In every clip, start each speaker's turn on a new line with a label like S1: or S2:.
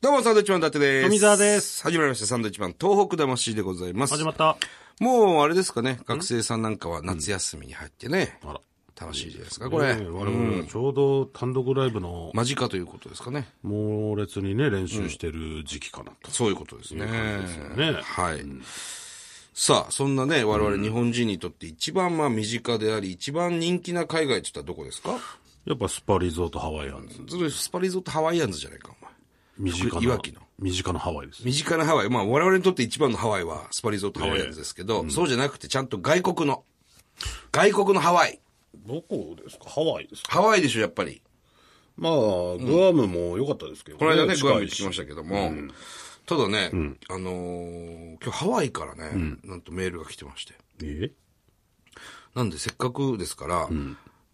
S1: どうも、サンドイッチマン伊達です。
S2: 富澤です。
S1: 始まりました、サンドイッチマン東北魂でございます。
S2: 始まった。
S1: もう、あれですかね、学生さんなんかは夏休みに入ってね、
S2: あら。
S1: 楽しいじゃないですか、これ。
S2: ねえ我々はちょうど単独ライブの
S1: 間近ということですかね。
S2: 猛烈にね、練習してる時期かなと。
S1: そういうことですね。
S2: ね
S1: はい。さあ、そんなね、我々日本人にとって一番まあ身近であり、一番人気な海外って言ったらどこですか
S2: やっぱスパリゾートハワイアン
S1: ず
S2: ズ。
S1: るいスパリゾートハワイアンズじゃないか、お前。
S2: 身近
S1: い
S2: な
S1: わきの。
S2: 身近なハワイです。
S1: 身近なハワイ。まあ、我々にとって一番のハワイはスパリゾートハワイアンズですけど、そうじゃなくてちゃんと外国の。外国のハワイ。
S2: どこですかハワイですか
S1: ハワイでしょ、やっぱり。
S2: まあ、グアムも良かったですけど、
S1: この間ね、グアム行ってき
S2: 近い
S1: ま
S2: し
S1: したけども、ただね、あのー今日ハワイからね、なんとメールが来てまして。
S2: え
S1: なんでせっかくですから、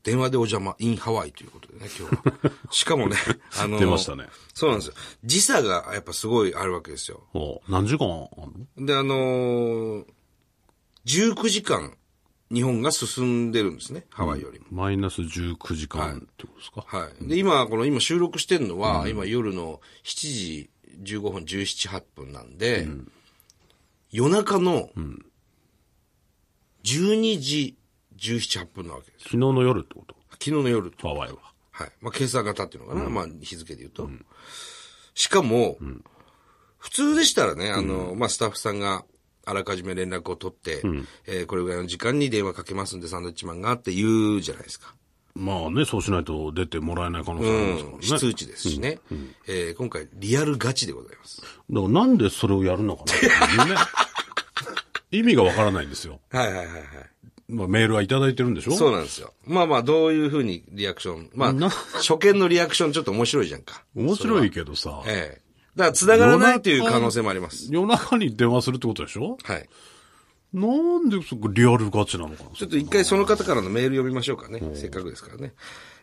S1: 電話でお邪魔、in ハワイということでね、今日 は。しかもね、あのー
S2: 出ましたね
S1: そうなんですよ。時差がやっぱすごいあるわけですよ。
S2: お何時間あんの
S1: で、あのー、19時間、日本が進んでるんですね、ハワイよりも。
S2: マイナス19時間ってことですか、
S1: はい。で、今、この、今収録してるのは、今夜の7時15分、17、8分なんで、夜中の、12時17、8分なわけです。
S2: 昨日の夜ってこと
S1: 昨日の夜と。
S2: ハワイは。
S1: はい。まあ、今朝方っていうのかな、まあ、日付で言うと。しかも、普通でしたらね、あの、まあ、スタッフさんが、あらかじめ連絡を取って、えーこれぐらいの時間に電話かけますんで、サンドウィッチマンがって言うじゃないですか。
S2: まあね、そうしないと出てもらえない可能性ありますからね。
S1: 非通知ですしね。えー今回、リアルガチでございます。
S2: だからなんでそれをやるのかなっていう ね。意味がわからないんですよ。
S1: はいはいはいはい。
S2: まあメールはいただいてるんでしょ
S1: そうなんですよ。まあまあ、どういうふうにリアクション。まあ、
S2: な
S1: 初見のリアクションちょっと面白いじゃんか。
S2: 面白いけどさ、
S1: ええだから、繋がらないという可能性もあります。
S2: 夜中に電話するってことでしょ
S1: はい。
S2: なんでそこリアルガチなのかな
S1: ちょっと一回その方からのメール読みましょうかね。せっかくですからね。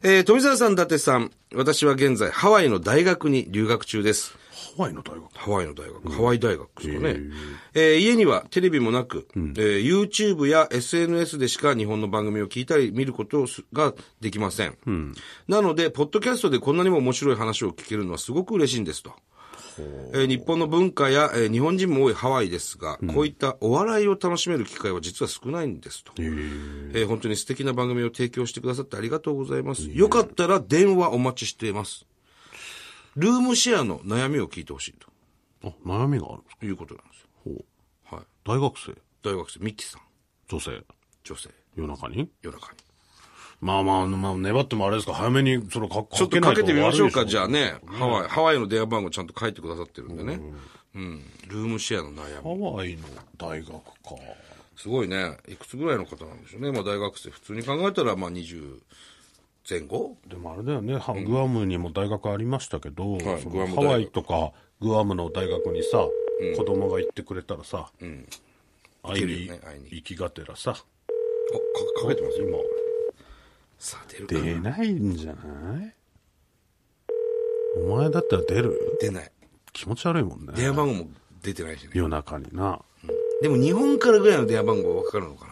S1: えー、富澤さん、伊達さん。私は現在、ハワイの大学に留学中です。
S2: ハワイの大学。
S1: ハワイの大学、ハワイ大学ですかね。えー家にはテレビもなく、えー YouTube や SNS でしか日本の番組を聞いたり見ることすができません。なので、ポッドキャストでこんなにも面白い話を聞けるのはすごく嬉しいんですと。えー日本の文化や、えー日本人も多いハワイですが、こういったお笑いを楽しめる機会は実は少ないんですと。えー本当に素敵な番組を提供してくださってありがとうございます。よかったら電話お待ちしています。ルームシェアの悩みを聞いてほしいと。
S2: あ、悩みがあるんですか
S1: ということなんですよ。はい。
S2: 大学生
S1: 大学生、ミッキーさん、
S2: 女性
S1: 女性、
S2: 夜中に
S1: 夜中に。
S2: まあまあ、まあ、粘ってもあれですか早めに、その、か
S1: ちょっとかけてみましょうか、じ
S2: ゃ
S1: ゃあね。ハワイ、ハワイの電話番号ちゃんと書いてくださってるんでね。うん。ルームシェアの悩
S2: ハ
S1: み。
S2: ワイの大学か。
S1: すごいね。いくつぐらいの方なんでしょうね。まあ大学生、普通に考えたら、まあ20前後
S2: でもあれだよね、はグアムにも大学ありましたけど、
S1: はい
S2: その
S1: グアム
S2: ハ
S1: 大学
S2: ワイとかグアムの大学にさ、子供が行ってくれたらさ、
S1: 行
S2: 会いに
S1: けるよね会いに
S2: 行きがてらさ、
S1: お、かかけてますよ。
S2: 今、
S1: さあ、出るかな
S2: 出ないんじゃないお前だったら出る
S1: 出ない。
S2: 気持ち悪いもんね。
S1: 電話番号も出てないしね。
S2: 夜中にな。
S1: でも日本からぐらいの電話番号はかかるのか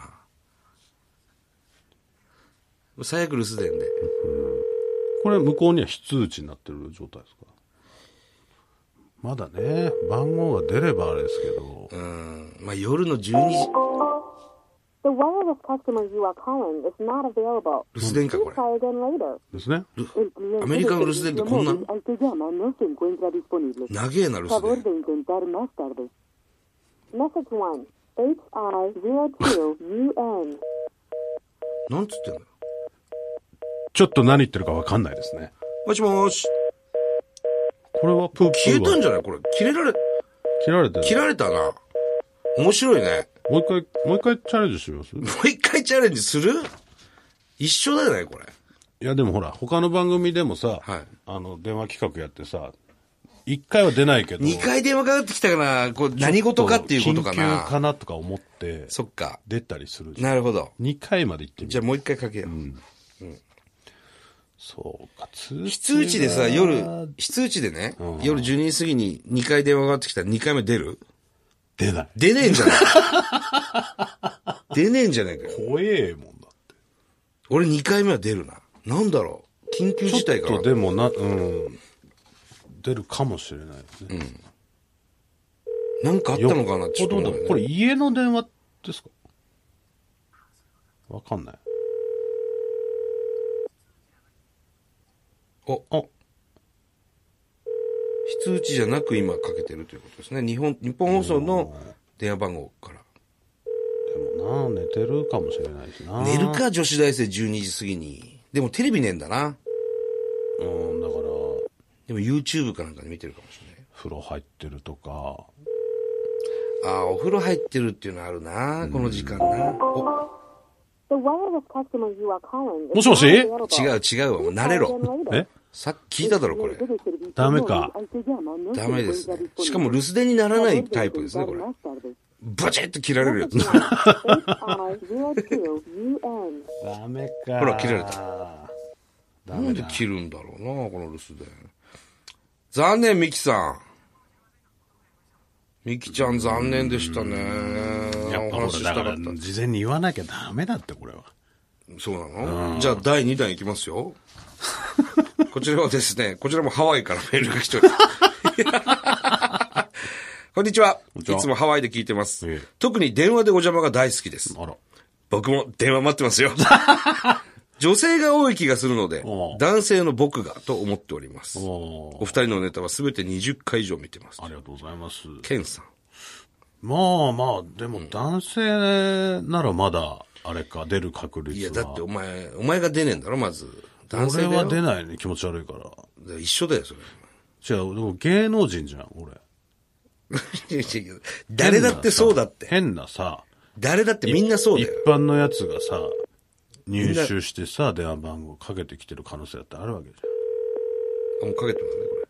S1: な。最悪留守電で。
S2: これ向こうには非通知になってる状態ですかまだね、番号が出ればあれですけど、
S1: うん。まあ夜の12時、
S3: The wireless customer you are calling is not available.
S1: 留守電か、こ
S3: Please
S1: れ。
S3: try again later.
S2: ですね。
S1: Americano residente
S3: El
S1: con una-
S3: móvil al que llama no se encuentra disponible.
S1: 長えな、留守電
S3: Favor。de intentar más tarde. Message 1. HI02UN.
S1: なんつってんだよ。
S2: ちょっと何言ってるかわかんないですね。
S1: もしもーし。
S2: これはプープ
S1: 消え
S2: ー
S1: たん
S2: は
S1: じゃないこれ。切れられ、
S2: 切られてる
S1: 切られたな。面白いね。
S2: もう一回、もう一回チャレンジしてみます
S1: もう一回チャレンジする一緒だよね、これ。
S2: いや、でもほら、他の番組でもさ、
S1: はい
S2: あの、電話企画やってさ、一回は出ないけど、
S1: 二回電話かかってきたから、こう、何事かっていうことか
S2: 緊急か
S1: な。
S2: なとか思って、
S1: そっか。
S2: 出たりするじゃん。
S1: なるほど。
S2: 2回まで行ってみ
S1: じゃ
S2: る。
S1: あもう一回かけよう。
S2: そうか、通
S1: 非通知でさ、夜、非通知でね、夜12時過ぎに二回電話かかってきたら二回目出る
S2: 出ない。
S1: 出ねえんじゃない出ねえんじゃないかよ。
S2: 怖えもんだって。
S1: 俺二回目は出るな。なんだろう。緊急事態か
S2: ちょ
S1: な
S2: っと。でもな、うん。出るかもしれないですね。
S1: なんかあったのかなちょっと思うよね
S2: これ家の電話ですかわかんない。
S1: お、
S2: あ、
S1: 非通知じゃなく今かけてるということですね。日本、日本放送の電話番号から。
S2: でもな、寝てるかもしれないしな。
S1: 寝るか、女子大生12時過ぎに。でもテレビねえんだな。
S2: うん、だから、
S1: でも YouTube かなんかで見てるかもしれない。
S2: 風呂入ってるとか、
S1: ああ、お風呂入ってるっていうのあるな。この時間な。お、
S3: The wireless customer you are calling is
S2: もしもし
S3: not available.
S1: 違う違うわ。もう慣れ
S3: Call
S1: ろ。
S3: them later.
S2: え
S1: さっき聞いただろ、これ。
S2: ダメか
S1: ダメですね。しかも留守電にならないタイプですね、これ。バチッと切られるやつ。
S3: 8R02UN.
S2: ダメか。
S1: ほら切られた
S2: ダ
S1: なん
S2: メ
S1: で
S2: だ。
S1: 切るんだろうな、この留守電。残念、ミキさん。ミキちゃん残念でしたね。
S2: やっ
S1: お
S2: ぱほら
S1: 話しし
S2: だ
S1: た
S2: か
S1: かっ
S2: ら、事前に言わなきゃダメだって、これは。
S1: た。そうなのじゃあ第2弾いきます よ。こちらはですね、こちらもハワイからメールが来ております。 こんにちは。い
S2: んにちはい
S1: つもハワイで聞いてます
S2: ええ。
S1: 特に電話でお邪魔が大好きです。
S2: あら。
S1: 僕も電話待って ますよ。女性が多い気がするので
S2: お、う
S1: 男性の僕がと思っております。
S2: お
S1: お
S2: ー
S1: 二人のネタはすべて20回以上見てます
S2: あ。りがとうございます。
S1: ケンさん。
S2: まあまあ、でも男性ならまだ、あれか、出る確率は。
S1: いや、だってお前、お前が出ねえんだろ、まず。男性
S2: 俺
S1: だよ
S2: は出ないね、気持ち悪いから。
S1: 一緒だよ、それ。
S2: 違う、でも芸能人じゃん、俺。
S1: いやいや誰だってそうだって。
S2: 変なさ、
S1: 誰だってみんなそうだ
S2: 一
S1: よ。
S2: 般のやつがさ、入手してさ、電話番号かけてきてる可能性だってあるわけじゃ
S1: あ
S2: ん。
S1: もうかけてますね、これ。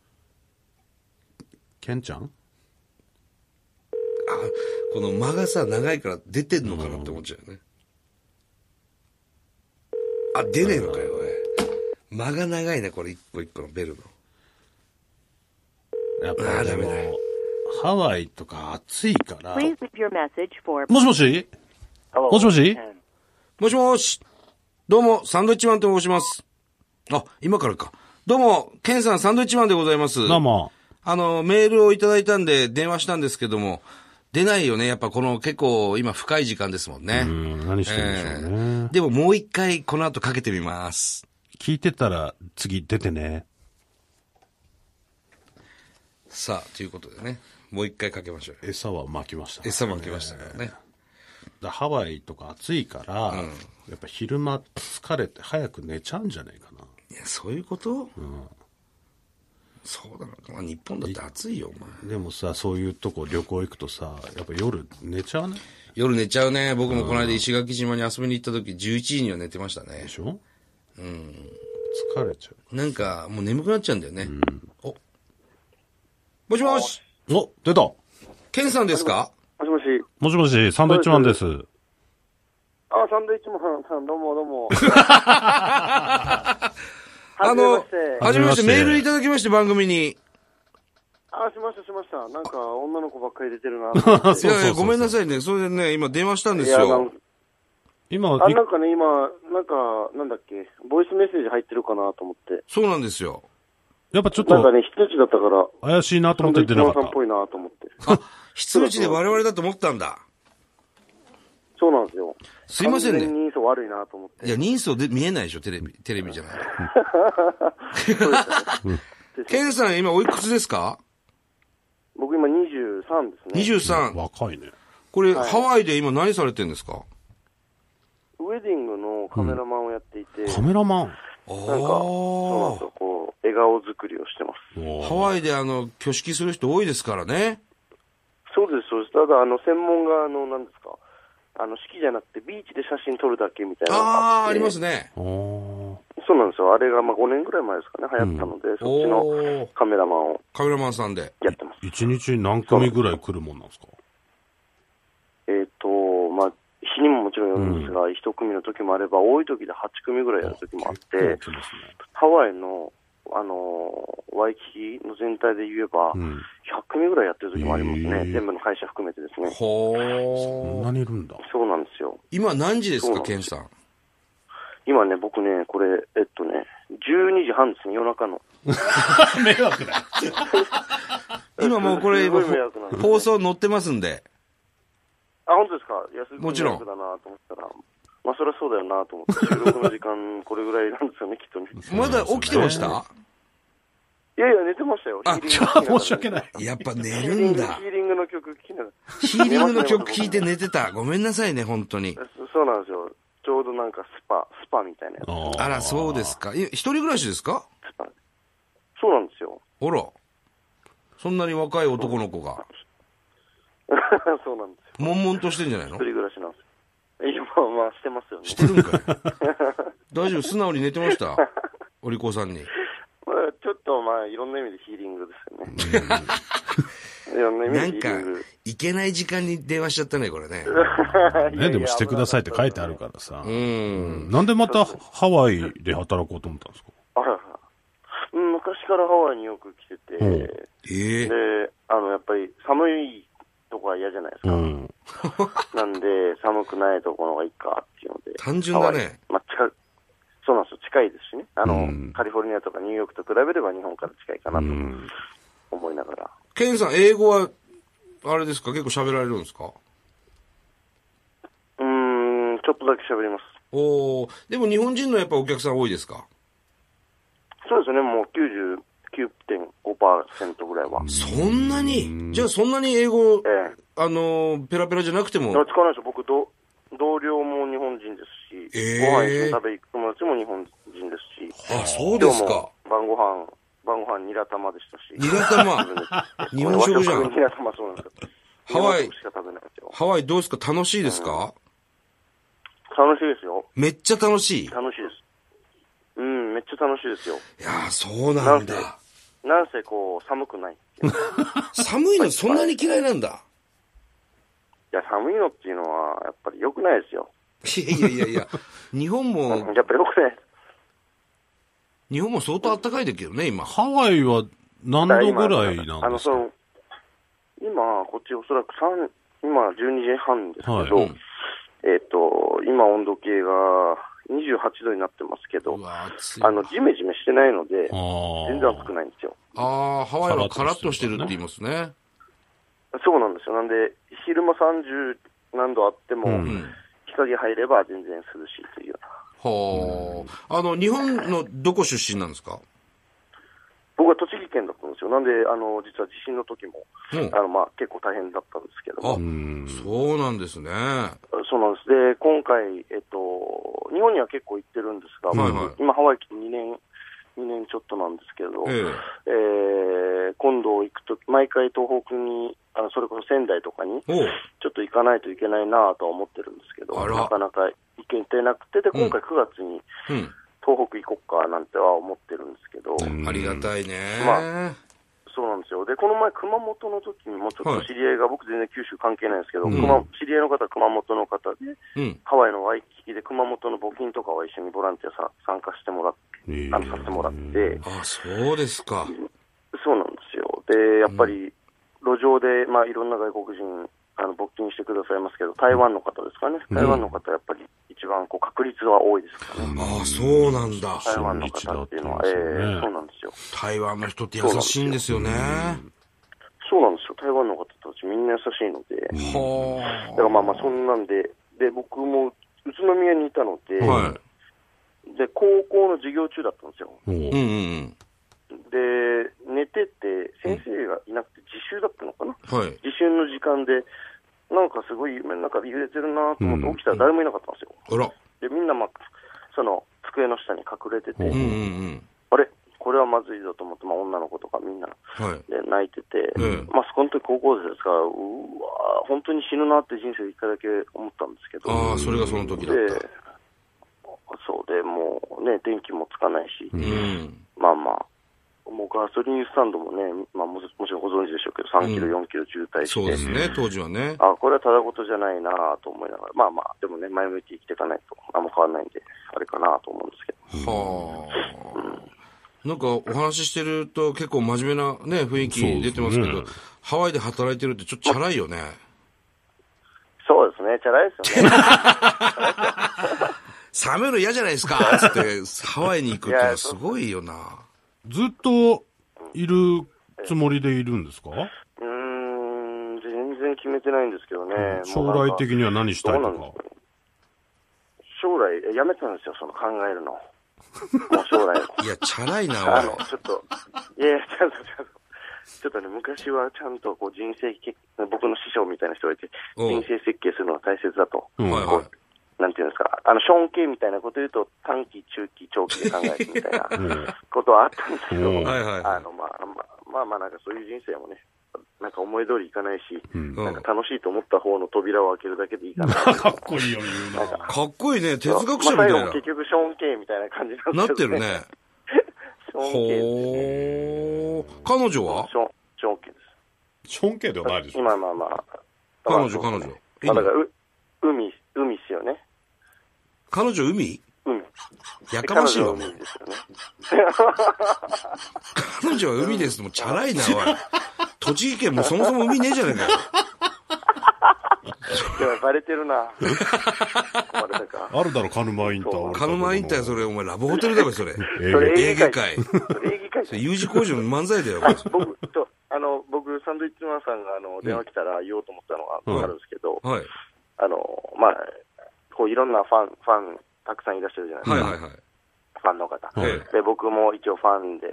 S2: ケンちゃん
S1: あ、この間がさ、長いから出てんのかなって思っちゃうよね。あ、出ねえのかよ、おい。間が長いね、これ、一個一個のベルの。
S2: や
S1: あ
S2: っぱ
S1: ー
S2: で
S1: ダ
S2: も
S1: メだ、
S2: ハワイとか暑いから。
S4: Please leave your message for
S2: もしもし
S4: Hello,
S2: もしもし
S4: and-
S1: もしもし。どうも、サンドイッチマンと申します。あ、今からか。どうも、ケンさん、サンドイッチマンでございます。
S2: どうも。
S1: あの、メールをいただいたんで電話したんですけども、出ないよね。やっぱこの結構今深い時間ですもんね。
S2: うん、何してるんでしょう
S1: え
S2: ね。
S1: ーでももう一回この後かけてみます。
S2: 聞いてたら次出てね。
S1: さあ、ということでね。もう一回かけましょうよ。
S2: 餌は巻きました、
S1: 餌も来ましたからね。
S2: だハワイとか暑いから、やっぱ昼間疲れて早く寝ちゃうんじゃないかな。
S1: いや、そういうこと、そうなのかな。日本だって暑いよ、お前。
S2: でもさ、そういうとこ旅行行くとさ、やっぱ夜寝ちゃわない
S1: 夜寝ちゃうね。僕もこの間石垣島に遊びに行った時、11時には寝てましたね
S2: で。しょうん。疲れちゃ
S1: なんか、もう眠くなっちゃうんだよね。お。もしもし、
S2: う。お出たも
S1: ケンさんですか
S5: もしもし。
S2: しもし、サンドイッチマンです。
S5: あ、サンドイッチマンさん、どうもどうも。
S1: あの
S5: あの、
S1: は
S2: は
S1: じめ
S2: じめ
S1: まし、
S2: ましてて
S1: メールいただきまして、番組に。
S5: あ、しましたしました。なんか、女の子ばっかり出てるなと思っ
S1: い
S5: て。
S2: そうそうそう
S1: やいや、ごめんなさいね。それでね、今電話したんで
S5: い
S1: す
S5: や、なん
S1: よ
S5: か。、
S2: 今、
S5: あ、
S2: い
S5: なんかね、今、なんか、なんだっけ、ボイスメッセージ入ってるかなと思って。
S1: そうなんですよ。
S2: やっぱちょっ
S5: なんか
S2: と
S5: ね、人質だったから、
S2: 怪しいなと
S5: サ
S2: 思
S5: ン
S2: っ
S5: ドイ
S2: て
S5: ッチ
S2: 出な
S5: マ
S2: か
S5: ン
S2: っ
S5: さ
S2: た
S5: んっ。ぽいなと思って。
S1: あ、非通知で我々だと思ったんだ。
S5: そうなんですよ。
S1: すいませんね
S5: 完全に人相悪いなと思って。
S1: いや、人相で見えないでしょ、テレビ、テレビじゃない。ケンさん、今おいくつですか
S5: 僕今23ですね。
S1: ?23。
S2: 若いね。
S1: これ、ハワイで今何されてんですか
S5: ウェディングのカメラマンをやっていて、
S2: カメラマン。
S1: ああ
S5: なんか、そうな
S1: ー。
S5: んですよ、こう、笑顔作りをしてます。
S1: ハワイであの、挙式する人多いですからね。
S5: そうです、そうです。ただ、あの、専門が、あの、なんですか、あの、式じゃなくて、ビーチで写真撮るだけみたいなのが
S1: ああ、あります
S5: ね。
S1: ね。
S2: あー
S5: そうなんですよ。あれが、まあ、5年ぐらい前ですかね、流行ったので、そっち
S1: お
S5: の
S1: ー
S5: カメラマンを
S1: カメラマンさんで。
S5: やってます。
S2: 一日に何組ぐらい来るもんなんですか
S5: えっ、と、まあ、日にももちろんよるんですが、一組の時もあれば、多い時で8組ぐらいやる時もあっ
S2: 結
S5: て、
S2: 構来ますね。
S5: ハワイの、あのーワイキキの全体で言えば、
S2: うん。
S5: 100組ぐらいやってる時もあります
S2: へ
S5: ね。
S2: ー
S5: 全部の会社含めてですね。
S2: こん
S1: ほー。
S2: なにいるんだ。
S5: そうなんですよ。
S1: 今何時です
S5: そう
S1: か、
S5: なん
S1: ケ
S5: で
S1: ン
S5: す
S1: さん。
S5: 今ね、僕ね、これ、えっとね、 12時半ですね、夜中の。
S2: 迷惑だ。
S1: 今もうこれ、
S5: すごい迷惑なんです
S1: 放送載ってますんで。
S5: あ、本当ですか安
S1: もちろん
S5: だなと思ったら、まあ、そりゃそうだよなと思って、収録の時間、これぐらいなんですよね、きっとね。
S1: まだ起きてました
S5: いやいや、寝てましたよ。
S1: あ
S5: ヒーリング。
S2: ちょっと申し訳ないい。
S1: やっぱ寝
S5: ヒー
S1: る
S5: リン
S1: ん
S5: グ
S1: だ
S5: ヒ。ーリングの曲聴きながら。
S1: ヒーリングの曲聴いて寝てた。ごめんなさいね、本当に。
S5: そうなんですよ。ちょうどなんかスパ、スパみたいなやつ。
S1: あら、そうですか。い一人暮らしですか
S5: そうなんですよ。
S1: ほら。そんなに若い男の子が、
S5: そうなんですよ。
S1: 悶々としてんじゃないの
S5: 一人暮らしなんですよ。いや、まあまあ、してますよね。
S1: してる んかい。大丈夫素直に寝てましたお利口さ んに。
S5: まあ、ちょっとまあ、いろんな意味でヒーリングですよね。い ろんな意
S1: な
S5: 味
S1: ん
S5: でヒー
S1: か
S5: リング。、
S1: いけない時間に電話しちゃったね、これね。
S2: ね、でもしてくださいって書いてあるからさ。
S1: うん。
S2: なんでまたハワイで働こうと思ったんですか
S5: あらら。うん昔からハワイによく来てて、
S2: うん
S1: ええ
S5: で、あの、やっぱり寒いとこは嫌じゃないですか。
S2: うん。
S5: なんで、寒くないところがいいかっていうので。
S1: 単純だね
S5: ハワイ。まあ、近くそうなんですよ。近いですしね。あの、
S2: うん
S5: カリフォルニアとかニューヨークと比べれば日本から近いかな
S2: う
S5: と
S2: ん。
S5: 思いながら。
S1: ケンさん、英語は、あれですか結構喋られるんですか
S5: うーん、ちょっとだけ喋ります。
S1: おお、でも日本人のやっぱお客さん多いですか
S5: そうですね、もう99.5%ぐらいは。
S1: そんなにじゃあそんなに英語
S5: え、え。
S1: あのーペラペラじゃなくても
S5: だから、使わないでしょ、僕ど、同僚も日本人ですし、
S1: ええ
S5: ご飯一緒に食べ行く友達も日本人ですし、
S1: あ、そうですか。
S5: 今日も晩ご飯晩ご飯ニラ玉でしたし、
S1: ニラ 玉。日本食じゃん
S5: 和食ニラ玉そうなんですよ。
S1: ハワイ
S5: 日本食しか食べないですよ。
S1: ハワイどうですか楽しいですか、
S5: 楽しいですよ。
S1: めっちゃ楽しい。い
S5: 楽しいです。うん、めっちゃ楽しいですよ。
S1: やー、そうなん
S5: なん
S1: だ。
S5: なんせこう、寒くないっていう。い
S1: 寒いのそんなに嫌いなん だ。
S5: や、寒いのっていうのは、やっぱり良くないですよ。
S1: いやいやいやいや、日本も、
S5: やっぱ良くないです。
S1: 日本も相当暖かいだけどね、今。
S2: ハワイは何
S5: だから
S2: 度ぐ
S5: 今
S2: らいな
S5: あ
S2: んで
S5: の、
S2: す
S5: そ
S2: か
S5: の、今、こっちおそらく三今12時半ですけど、
S2: はい
S1: うん
S5: えっ、と、今温度計が28度になってますけど
S1: う、わー、暑い。
S5: あの、ジメジメしてないので、
S2: あ
S5: 全然暑くないんですよ。
S1: あー、ハワイはカ
S2: カ
S1: ラ
S2: ラ
S1: ッ
S2: ッ
S1: と
S2: と
S1: し
S2: してて
S1: る
S2: る
S1: って言いますね。
S5: そうなんですよ。なんで、昼間30何度あっても、
S2: うん
S1: うん。
S5: 日陰入れば全然涼しいというよう
S1: はあ。
S5: な。
S1: あの、日本のどこ出身なんですか
S5: 僕は栃木県だったんですよ。なんで、あの、実は地震の時も、
S1: うん
S5: あの、まあ、結構大変だったんですけど
S1: あ
S2: う
S5: も、
S2: ん。
S1: そうなんですね。
S5: そうなんです。で、今回、えっと、日本には結構行ってるんですが、
S1: はいはい
S5: 今、ハワイ来て2年、2年ちょっとなんですけど、
S1: ええ
S5: えー今度行くと、毎回東北に、あのそれこそ仙台とかに、
S1: おう
S5: ちょっと行かないといけないなぁとは思ってるんですけど、
S1: あら
S5: なかなか行けてなくて、で、今回9月に
S1: う
S5: 東北行こっかなんては思ってるんですけど、
S1: ん。ありがたいね。
S5: まそうなんですよ。で、この前熊本の時にもちょっと知り合いが、僕全然九州関係ないんですけど、
S1: うん
S5: 熊知り合いの方、熊本の方で、
S1: うん。
S5: ハワイのワイキキで熊本の募金とかは一緒にボランティアさ参加してもらっ
S2: ええ
S5: あのさせてもらって、
S1: あ、そうですか。
S5: そうなんですよ。で、やっぱり路上で、まあ、いろんな外国人、あの募金してくださいますけど、台湾の方ですかね、台湾の方、やっぱり一番こう確率は多いですからね、
S1: あ、そうなんだ。
S5: 台湾の方っていうのは、
S2: そ
S5: え
S2: うですね
S5: えそうなんですよ。
S1: 台湾の人って優しいんですよね。
S5: そうなんですよ、台湾の方たち、みんな優しいので、だから
S1: は
S5: まあまあ、そんなんで、で僕も宇都宮にいたので、
S1: あ。は
S5: で高校の授業中だったんですよ。
S2: おう
S1: い。うんうん
S5: で、寝てて、先生がいなくて、自習だったのかな、
S1: うん。はい。
S5: 自習の時間で、なんかすごい夢の中で揺れてるなと思って、
S2: うん
S5: 起きたら誰もいなかったんですよ。
S1: あら。
S5: で、みんな、まあ、その机の下に隠れてて、
S1: うん
S2: う
S1: うん
S2: ん
S1: うん。
S5: あれ、これはまずいぞと思って、まあ、女の子とかみんな
S1: はい。
S5: で泣いてて、
S1: ええ
S5: まあ、そこの時高校生ですから、うわー本当に死ぬなって人生で一回だけ思ったんですけど、
S1: ああ、それがその時だっ
S5: で、そうで、もうね、電気もつかないし、
S1: た。うん。
S5: まあまあ、もうガソリンスタンドもね、まあ、もしもちろんご存知でしょうけど、3キロ、4キロ渋滞して、
S1: そうですね、当時はね。
S5: あこれはただ事じゃないなと思いながら、まあまあ、でもね、前向いて生きていかないと、あんま変わらないんで、あれかなと思うんですけど、
S1: はあ。なんかお話ししてると結構真面目なね、雰囲気出てますけ
S2: そう
S1: ど、
S2: ですね
S1: ハワイで働いてるってちょっとチャラいよね。
S5: そうですね、チャラいですよね、
S1: 寒いの嫌じゃないですかつって、ハワイに行くっていうのはすごいよな。
S2: ずっといるつもりでいるんですか
S5: うーん、全然決めてないんですけどね。
S2: 将
S5: もうなん
S2: 来
S5: か
S2: 的には何したいと
S5: どうなん
S2: か
S5: で。すかね将来、えやめたんですよ、その考えるの。もう 将来を。
S1: いや、チャラい
S5: あ
S1: な、
S5: の
S1: おい。、
S5: ちょっと、いやいや、ちょっと、ちょっと。ちょっとね、昔はちゃんとこう人生設計、僕の師匠みたいな人がいて、
S1: おう
S5: 人生設計するのは大切だと、
S2: うん
S1: はいはい。
S5: なんていうんですか、あの、ショーン系みたいなこと言うと、短期、中期、長期で考えるみたいな
S2: うん
S5: ことはあったんですけど、
S2: うん
S1: はいはい
S5: あ
S1: は
S5: の、まあ、まあ、まあ、まあ、なんかそういう人生もね、なんか思い通りいかないし、
S2: う ん
S5: なんか楽しいと思った方の扉を開けるだけでいいかな。
S2: かっこいいよ、言うな。
S1: い。かっこいいね。哲学者み
S5: ま
S1: た
S5: あ
S1: い
S5: 最
S1: な
S5: 後。も結局、ショーン系みたいな感じな
S1: なんっ
S5: で
S1: て
S5: すけど
S1: る。ね。
S5: ショーン系
S1: ほー。彼女は
S5: ショーン、ショーン系です。
S2: ションケではないでしょ。
S5: 今まあまあ。
S1: 彼女
S5: まあそうですね
S1: 彼女
S5: まあだから、う海、海っすよね。
S1: 彼女海
S5: 海。で
S1: やかましいわ、
S5: 彼
S1: も
S5: 女
S1: う
S5: は。海ですよね。
S1: 彼女は海です。もうチャラいな、おい。栃木県もそもそも海ねえじゃねえかよ。
S5: でもバレてる な。バレたか。
S2: あるだろ、カヌマインター
S5: そう
S2: 俺たち
S1: カ
S2: の
S1: ノマインターそれ、お前ラブホテルだべ、それ。
S2: ええ
S5: それ
S1: 映画界。
S5: それ営業会
S1: そ
S5: 社
S1: れ U 字工事の漫才だよ、お前
S5: 僕と、あの、僕、サンドイッチマンさんが、あの、電話来たら言おうと思ったのがあるんですけど、
S1: はい。
S5: あの、まあ、こう、いろんなファン、ファン、たくさんいらっしゃるじゃないです
S1: はい
S5: か。
S1: はいはい。
S5: ファンの方。
S1: ええ
S5: で、僕も一応ファンで、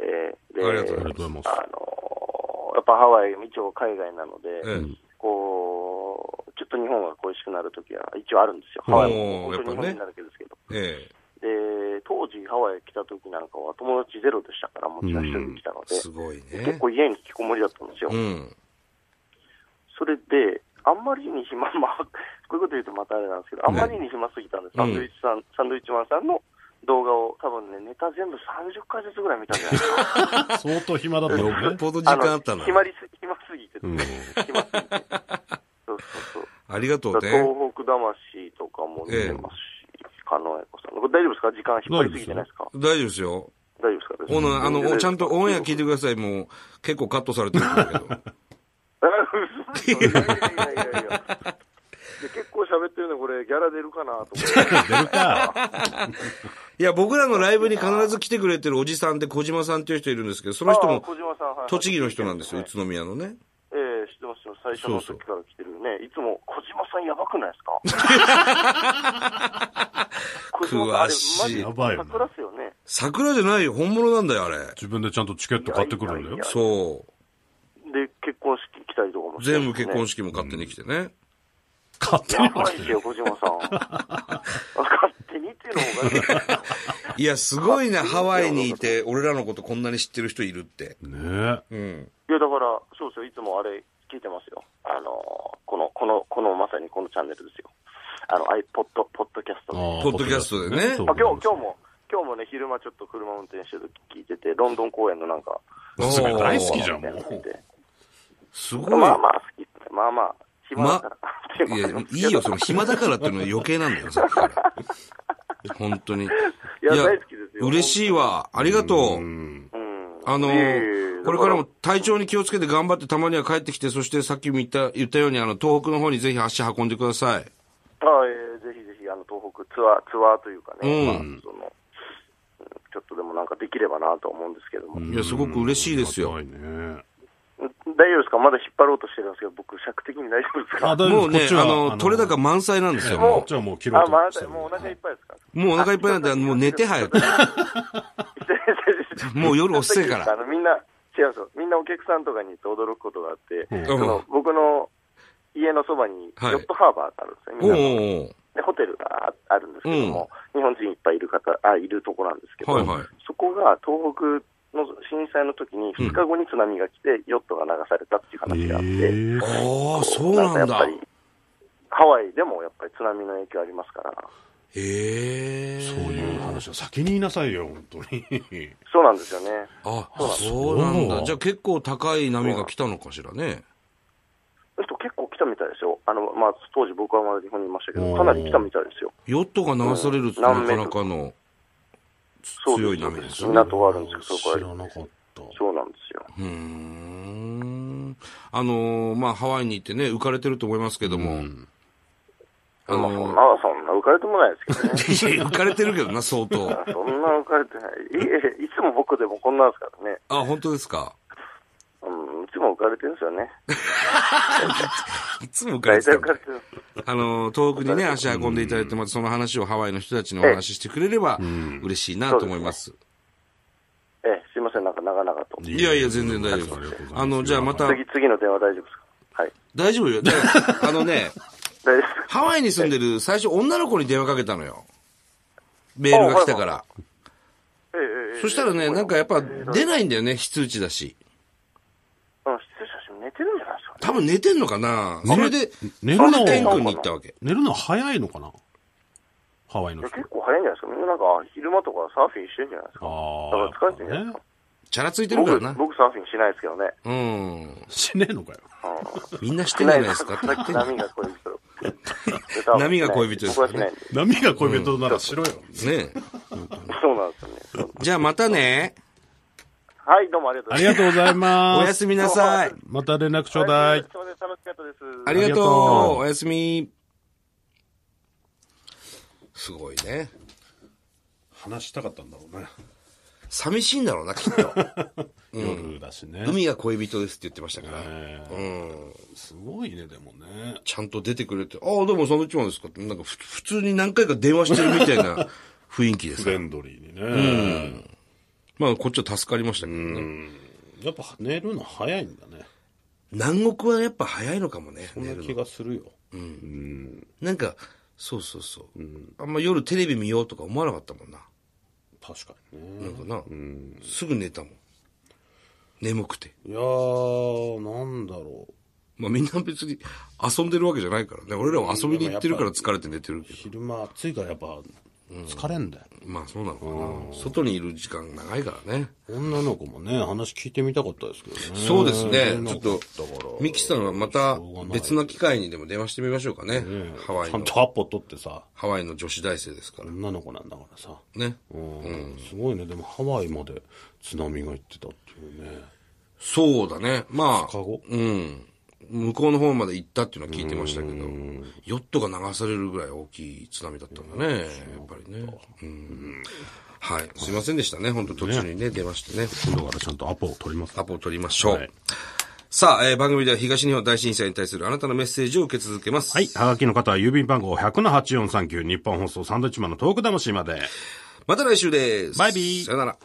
S5: で、
S1: ありがと
S2: ありがとうございます。
S5: あの、やっぱハワイ、一応海外なので、
S1: え
S5: こう、ちょっと日本が恋しくなるときは一応あるんですよ。
S2: おー
S5: ハワイも。
S1: やっ
S5: 本
S1: ぱね
S5: 当に日本になるけどですけど。
S1: え。え
S5: で、当時ハワイ来たときなんかは友達ゼロでしたから、もちろん一人で来たの
S1: え。
S5: で、
S1: すごい
S5: 結
S1: ね。
S5: 構家に引きこもりだったんですよ。
S1: うん。
S5: それで、あんまりに暇、まあ、 こういうこと言うとまたあれなんですけど、あんまりに暇すぎたんです、サンドイッチさん、サンドイッチマンさんの動画を多分ね、ネタ全部30回ずつぐらい見たんじゃないですか。
S2: 相当暇だった
S1: よ
S2: よ
S1: っ
S2: ね。
S1: ぽど時
S5: あの
S1: 間あったな。
S5: 暇りす暇すぎて、
S2: うん
S5: 暇すぎて。そうそうそう。
S1: ありがとうね。
S5: 東北魂とかも出てますし、狩野英孝さん。これ大丈夫ですか時間引っ張りすぎてないですか
S1: 大丈夫ですよ。
S5: 大丈夫ですか
S1: ほな、あの、ちゃんとオンエア聞い て
S5: る。
S1: ください。もう、結構カットされてるんだけど。
S5: 嘘いやいやいやいやいや。で結構喋ってるのこれ、ギャラ出るかなと思って。
S2: 出るか。
S1: いや、僕らのライブに必ず来てくれてるおじさんで小島さんっていう人いるんですけど、その人
S5: あ
S1: も
S5: 小島さん、はい
S1: 栃木の人なんですよ、
S5: はい
S1: 宇都宮のね。
S5: ええ知ってますよ。最初の時から来てるね。いつも、小島さんやばくな いですか小島さん、あれ、マジで
S2: やばいよね
S5: 桜っすよね。
S1: 桜じゃないよ、本物なんだよ、あれ。
S2: 自分でちゃんとチケット買ってくるんだよ
S5: いや。
S1: そ
S5: で、結婚式来たりとかも
S1: う。
S5: してます
S1: 全
S5: ね
S1: 部結婚式も勝手に来てね。
S2: 勝手
S5: や
S2: に
S5: ばいですよ、小島さ ん。勝手にっていうのもおかしいですよ
S1: いや、すごいな、ハワイにいて、俺らのことこんなに知ってる人いるって。
S2: ね
S1: うん。
S5: いや、だから、そうですよ、いつもあれ、聞いてますよ。あのーこの、この、この、まさにこのチャンネルですよ。あの、iPod、ポッドキャス
S2: あ
S5: トで。あ、
S2: ー
S1: ポッドキャストでね
S2: そう
S5: 今日、今日も、今日もね、昼間ちょっと車運転してる時聞いてて、ロンドン公園のなんか、
S2: 娘大好きじゃ
S5: み
S2: ん、
S5: た
S2: も
S5: いなの見
S2: う。
S5: て。
S1: すごい。
S5: まあまあ、好きですね。まあまあ、暇だから。っていう
S1: い
S5: のも
S1: や
S5: ありま、すけ
S1: い
S5: ど
S1: いよ、その暇だからっていうのは余計なんだよ、さっきから。本当に。い
S5: や大好きですよ
S1: 嬉しいわ。ありがとう。
S5: うん。
S1: あの
S5: いえいえいえ
S1: これからも体調に気をつけて頑張ってたまには帰ってきて、そしてさっきも言った、言ったように、あの、東北の方にぜひ足運んでください。
S5: あえーぜひぜひ、あの、東北ツアー、ツアーというかね、
S1: うん
S5: まあその、うんちょっとでもなんかできればなとは思うんですけども、
S1: いや、すごく嬉しいですよ。
S2: やばいね。
S5: 大丈夫ですかまだ引っ張ろうとしてるんですけど、僕、尺的に大丈夫です
S2: あ、
S5: か
S2: 大丈
S1: も
S2: 夫
S1: う
S2: で
S1: ね
S2: す。こっち、は
S1: あの、取れ高満載なんですよ、
S2: こ
S1: も
S2: っちはもう切ろ
S5: あ、
S2: うと
S5: まあ、
S2: してる
S5: もうお腹いっぱいですか
S1: う。もうお腹いっぱいなんで、あのもう寝て早く。もう夜遅いから
S5: あの、みんな、違うんですよ。みんなお客さんとかに行って驚くことがあって、
S2: うん
S5: その僕の家のそばに、
S1: はい
S5: ヨットハーバーがあるんですよ、み
S1: おうん
S5: なの。
S1: おう
S5: で、ホテルがあるんですけども、日本人いっぱいいる方、あ、いるとこなんですけど、
S1: はいはい
S5: そこが東北の震災の時に2日後に津波が来て、ヨットが流されたっていう話があって、
S2: ええ
S1: おう。ああ、そう
S5: なんか
S1: な
S5: や
S1: ん
S5: っ
S1: だ
S5: ぱ。り、ハワイでもやっぱり津波の影響ありますから、
S1: ええ
S2: そういう話は先に言いなさいよ、本当に。
S5: そうなんですよね。
S1: あ、そ
S2: そうう
S1: な
S2: なんんだ
S1: だ。じゃあ結構高い波が来たのかしらね。
S5: うんと結構来たみたいですよ。あの、まあ、当時僕はまだ日本にいましたけ
S2: お
S5: ど、
S2: ー
S5: かなり来たみたいですよ。
S1: ヨットが流されるってなかなかの
S5: そう
S1: 強い
S5: そう
S1: 波ですよね。
S5: 港があるんですけど、そこ
S2: 知
S5: は
S2: ら。なかった。
S5: そうなんですよ。
S1: うーんあのーまあ、ハワイに行ってね、浮かれてると思いますけども、あ
S5: まあ、そ
S1: の
S5: んな、そんな浮かれてもないですけどね。
S1: いや いや、浮かれてるけどな、相当。あ、
S5: そんな浮かれてない。いえ、いつも僕でもこんなんですからね。
S1: 本当ですか。
S5: うん、いつも浮かれてるんですよね。
S1: いつも浮かれ
S5: 大
S1: てた
S5: 体
S1: よ
S5: 浮かれてる。
S1: あの、東北にね、足運んでいただいて、またその話をハワイの人たちのお話ししてくれれば、嬉しいなと思います。
S5: ええ、すいません、なんか長々と。
S1: いやいや、全然大丈夫
S2: あ
S1: で
S2: りが
S1: す
S2: とうござい。ます
S1: あの、じゃあまた、
S5: 次、次の電話大丈夫ですかはい。
S1: 大丈夫よ。だからあのね、
S5: 大丈夫ですか
S1: ハワイに住んでる最初女の子に電話かけたのよ。メールが来たから。
S5: ええええええ
S1: そしたらね、なんかやっぱ出ないんだよね、非通知だし。
S5: うん、失礼しました。寝てるんじゃないですかね。
S1: 多分寝てんのかなそれで、
S2: 寝
S1: そ
S2: る
S1: れで天
S2: の、
S1: 君に行ったわけ。
S2: 寝るの早いのかなハワイ
S5: い
S2: の
S5: や
S2: 人
S5: 結。構早いんじゃないですか。みんななんか昼間とかサーフィンしてんじゃないですか。
S2: あ
S5: だから疲れてんじゃ
S2: あ、
S5: ない
S2: ね
S5: ですか。。
S1: チャラついてるからな
S5: 僕、。僕サーフィンしないですけどね。
S1: うん。
S2: しねえのかよ。
S1: みんなし
S5: してな
S1: ない
S5: い
S1: じゃない
S5: で
S1: ですすか
S5: か
S1: って
S5: ら。
S1: 言ってんの
S5: 波が恋
S1: 波が恋人
S5: 人。
S1: ですから
S5: 僕はし
S1: ね
S5: ないんで。
S2: 波が恋人ならしろよ。
S1: ね
S5: そうなんですよね。
S1: じゃあまたね。
S5: はい、どうもありがとう
S2: あり
S5: ござ
S2: が
S5: い
S2: とうござい
S1: お
S2: ま
S1: や
S2: す。
S1: すみなさい。
S2: また連絡ちょうだ
S5: ます。
S2: い。
S5: すいません楽しかったです。
S1: ありが
S2: あり
S1: と
S2: がと
S1: う。
S2: う
S1: おやすみ。すごいね。
S2: 話したかったんだろうね。
S1: 寂しいんだろうな、きっ と。
S2: 夜だしね。
S1: 海が恋人ですって言ってましたから。
S2: えー
S1: うん。
S2: すごいね、でもね。
S1: ちゃんと出てくれて、ああ、でもサンドウィッチマンですかって、なんかふ普通に何回か電話してるみたいな 雰囲気です
S2: フレ
S1: ね。
S2: ンドリーにね。
S1: まあ、こっちは助かりましたけどね。
S2: やっぱ寝るの早いんだね。
S1: 南国はやっぱ早いのかもね、
S2: そん
S1: 寝
S2: な
S1: る
S2: 気
S1: の
S2: がするよ。
S1: なんか、そうそうそう。あんま夜テレビ見ようとか思わなかったもんな。
S2: 確かにね。
S1: なんかな、すぐ寝たもん。眠くて。
S2: いやー、なんだろう。
S1: まあみんな別に遊んでるわけじゃないからね。俺らは遊びに行ってるから疲れて寝てるけど。
S2: 昼間暑いからやっぱ疲れんだよ。
S1: まあそうなのかな。外にいる時間長いからね。
S2: 女の子もね、話聞いてみたかったですけどね。
S1: そうですね。
S2: 女
S1: ちょ
S2: の
S1: っ
S2: 子だ
S1: と
S2: から、
S1: ミキさんはまた
S2: しょうがない
S1: 別の機会にでも電話してみましょうかね。ハワイ
S2: ちゃ
S1: の
S2: ん、とアポ取ってさ、
S1: ハワイの女子大生ですから。
S2: 女の子なんだからさ。
S1: ね。
S2: うん、すごいね。でもハワイまで津波が行ってたっていうね。
S1: そうだね。まあ
S2: カゴ、
S1: うん。向こうの方まで行ったっていうのは聞いてましたけど、ヨットが流されるぐらい大きい津波だったんだね。やっぱりね。うんはい。すいませんでしたね。本当途中にね、出ましてね。
S2: 今度からちゃんとアポを取ります。
S1: アポを取りましょう。
S2: はい
S1: さあ、えー番組では東日本大震災に対するあなたのメッセージを受け続けます。
S2: はい。はがきの方は郵便番号100-8439日本放送サンドイッチマンのトーク魂まで。
S1: また来週です。
S2: バイビー
S1: さよなら。